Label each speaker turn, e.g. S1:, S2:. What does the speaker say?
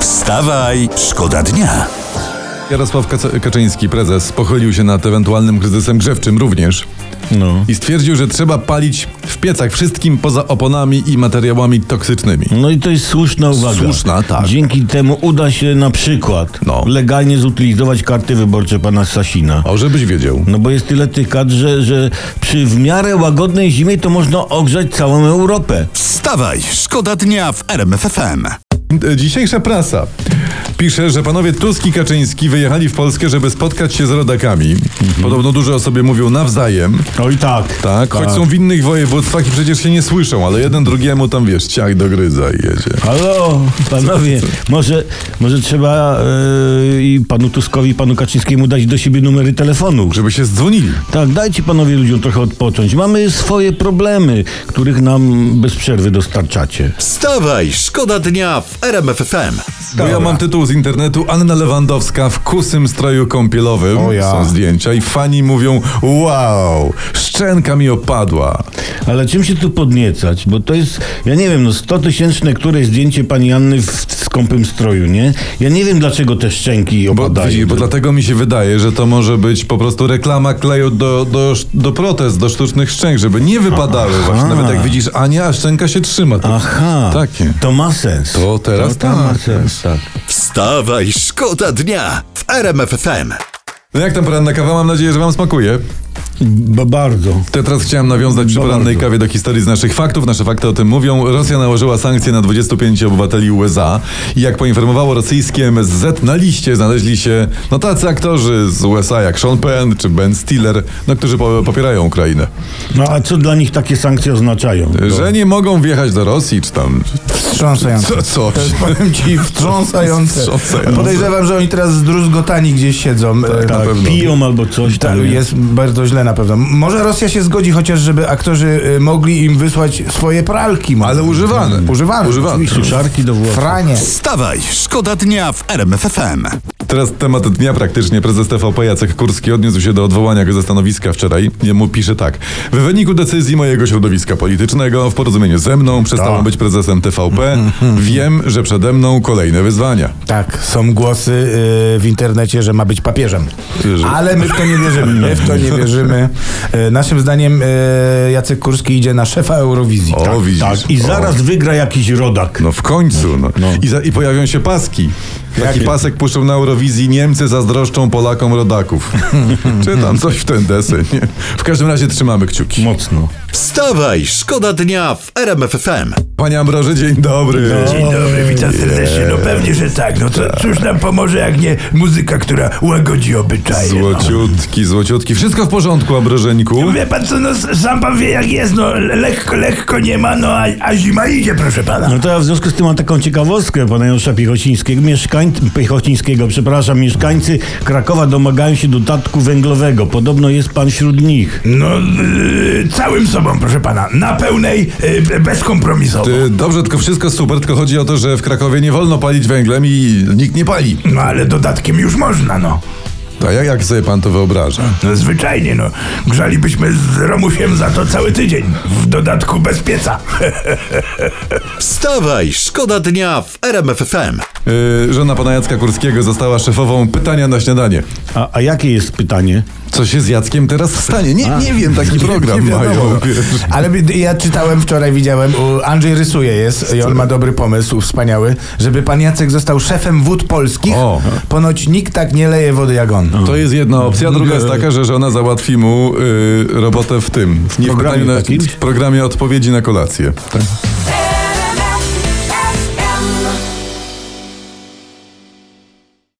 S1: Wstawaj, szkoda dnia.
S2: Jarosław Kac- Kaczyński, prezes, pochylił się nad ewentualnym kryzysem grzewczym również
S3: No.
S2: i stwierdził, że trzeba palić w piecach wszystkim poza oponami i materiałami toksycznymi.
S3: No i to jest słuszna uwaga.
S2: Słuszna, tak.
S3: Dzięki temu uda się na przykład
S2: No.
S3: legalnie zutylizować karty wyborcze pana Sasina.
S2: O, żebyś wiedział.
S3: No bo jest tyle tych kart, że, że przy w miarę łagodnej zimie to można ogrzać całą Europę.
S1: Wstawaj, szkoda dnia w RMFFM.
S2: E, Dzisiejsza prasa pisze, że panowie Tusk i Kaczyński wyjechali w Polskę, żeby spotkać się z rodakami. Podobno dużo o sobie mówią nawzajem.
S3: Oj tak.
S2: Tak, choć są w innych województwach i przecież się nie słyszą, ale jeden drugiemu tam wiesz, ciach dogryza i jedzie.
S3: Halo, panowie, może, może trzeba e, i panu Tuskowi, i panu Kaczyńskiemu dać do siebie numery telefonu.
S2: Żeby się zdzwonili.
S3: Tak, dajcie panowie ludziom trochę odpocząć. Mamy swoje problemy, których nam bez przerwy dostarczacie.
S1: Wstawaj, szkoda dnia w RMFFM.
S2: Bo ja mam tytuł z internetu Anna Lewandowska w kusym stroju kąpielowym.
S3: O ja.
S2: Są zdjęcia i fani mówią wow, szczęka mi opadła.
S3: Ale czym się tu podniecać? Bo to jest, ja nie wiem, no 100 tysięczne któreś zdjęcie pani Anny w, w skąpym stroju, nie? Ja nie wiem, dlaczego te szczęki
S2: Bo,
S3: opadają.
S2: widzisz, bo dlatego mi się wydaje, że to może być po prostu reklama kleju do, do, do protez, do sztucznych szczęk, żeby nie wypadały właśnie. Nawet jak widzisz Ania, a szczęka się trzyma. To-
S3: Aha,
S2: Takie.
S3: to ma sens.
S2: To teraz
S3: to, to ma
S2: tak.
S3: sens, tak.
S1: Wstawaj, szkoda dnia w RMFFM.
S2: No jak tam poranna kawa? Mam nadzieję, że wam smakuje. tak.
S3: Bo bardzo.
S2: To teraz chciałem nawiązać przy
S3: No
S2: porannej
S3: bardzo.
S2: kawie do historii z naszych faktów. Nasze fakty o tym mówią. Rosja nałożyła sankcje na 25 obywateli USA. I jak poinformowało rosyjskie MSZ, na liście znaleźli się no tacy aktorzy z USA jak Sean Penn czy Ben Stiller, no którzy po- popierają Ukrainę.
S3: No a co dla nich takie sankcje oznaczają? No,
S2: Że nie mogą wjechać do Rosji czy tam...
S4: Wstrząsające.
S2: Co, coś.
S4: To jest, powiem ci, wstrząsające.
S2: Wstrząsające.
S4: Podejrzewam, że oni teraz zdruzgotani gdzieś siedzą. E,
S2: na
S4: tak.
S2: pewno.
S3: Piją albo coś
S4: Ta,
S3: tam. nie?
S4: jest bardzo źle na pewno. Może Rosja się zgodzi chociaż, żeby aktorzy e, mogli im wysłać swoje pralki. może.
S2: Ale używane.
S4: Używane.
S2: Używane.
S4: oczywiście.
S3: Suszarki do włosów.
S4: Franie.
S1: Wstawaj, szkoda dnia w RMFFM.
S2: Teraz temat dnia praktycznie. Prezes TVP Jacek Kurski odniósł się do odwołania go ze stanowiska wczoraj. Jemu pisze tak. W wyniku decyzji mojego środowiska politycznego w porozumieniu ze mną przestałem być prezesem TVP. Wiem, że przede mną kolejne wyzwania.
S4: Tak, są głosy y, w internecie, że ma być papieżem.
S2: Wierzę.
S4: Ale my w to nie wierzymy. My w to nie wierzymy. Y, naszym zdaniem y, Jacek Kurski idzie na szefa Eurowizji.
S2: O, widzisz.
S3: Tak, i zaraz wygra jakiś rodak.
S2: No w końcu. No. I, za, I pojawią się paski. Taki
S4: Jakie?
S2: pasek puszczą na Eurowizji Niemcy zazdroszczą Polakom rodaków. Czy tam coś w ten deseń. nie? W każdym razie trzymamy kciuki.
S3: No, Mocno.
S1: Wstawaj, szkoda dnia w RMFFM.
S2: Panie Ambroży, dzień dobry.
S4: Dzień dobry, witam serdecznie. No pewnie, że tak. No co, cóż nam pomoże, jak nie muzyka, która łagodzi obyczaje.
S2: Złociutki, złociutki. Wszystko w porządku, Ambrożeńku.
S4: No. Wie pan co, no sam pan wie jak jest, no lekko, lekko nie ma, no a, a zima idzie, proszę pana.
S3: No to ja w związku z tym mam taką ciekawostkę pana Janusza Piechocińskiego, mieszkań, Piechocińskiego, przepraszam, mieszkańcy Krakowa domagają się dodatku węglowego. Podobno jest pan wśród nich.
S4: No y, całym sobą, proszę pana, na pełnej, yy, bezkompromisowo.
S2: Ty, dobrze, tylko wszystko super, tylko chodzi o to, że w Krakowie nie wolno palić węglem i nikt nie pali.
S4: No ale dodatkiem już można, no.
S2: A jak, jak sobie pan to wyobraża?
S4: no. Zwyczajnie, no. Grzalibyśmy z Romusiem za to cały tydzień. W dodatku bez pieca.
S1: Wstawaj, szkoda dnia w RMFFM.
S2: Yy, żona pana Jacka Kurskiego została szefową pytania na śniadanie.
S3: A, a jakie jest pytanie?
S2: Co się z Jackiem teraz stanie? Nie, nie wiem, taki program mają. wiesz.
S4: Ale by- ja czytałem wczoraj, widziałem, u- Andrzej rysuje jest i on ma dobry pomysł, wspaniały, żeby pan Jacek został szefem wód polskich.
S2: O.
S4: Ponoć nikt tak nie leje wody jak on.
S2: To jest jedna opcja, druga jest taka, że żona załatwi mu yy, robotę w tym. Nie w,
S3: programie
S2: pytaniu na,
S3: takim?
S2: w programie odpowiedzi na kolację.
S5: RMFFM.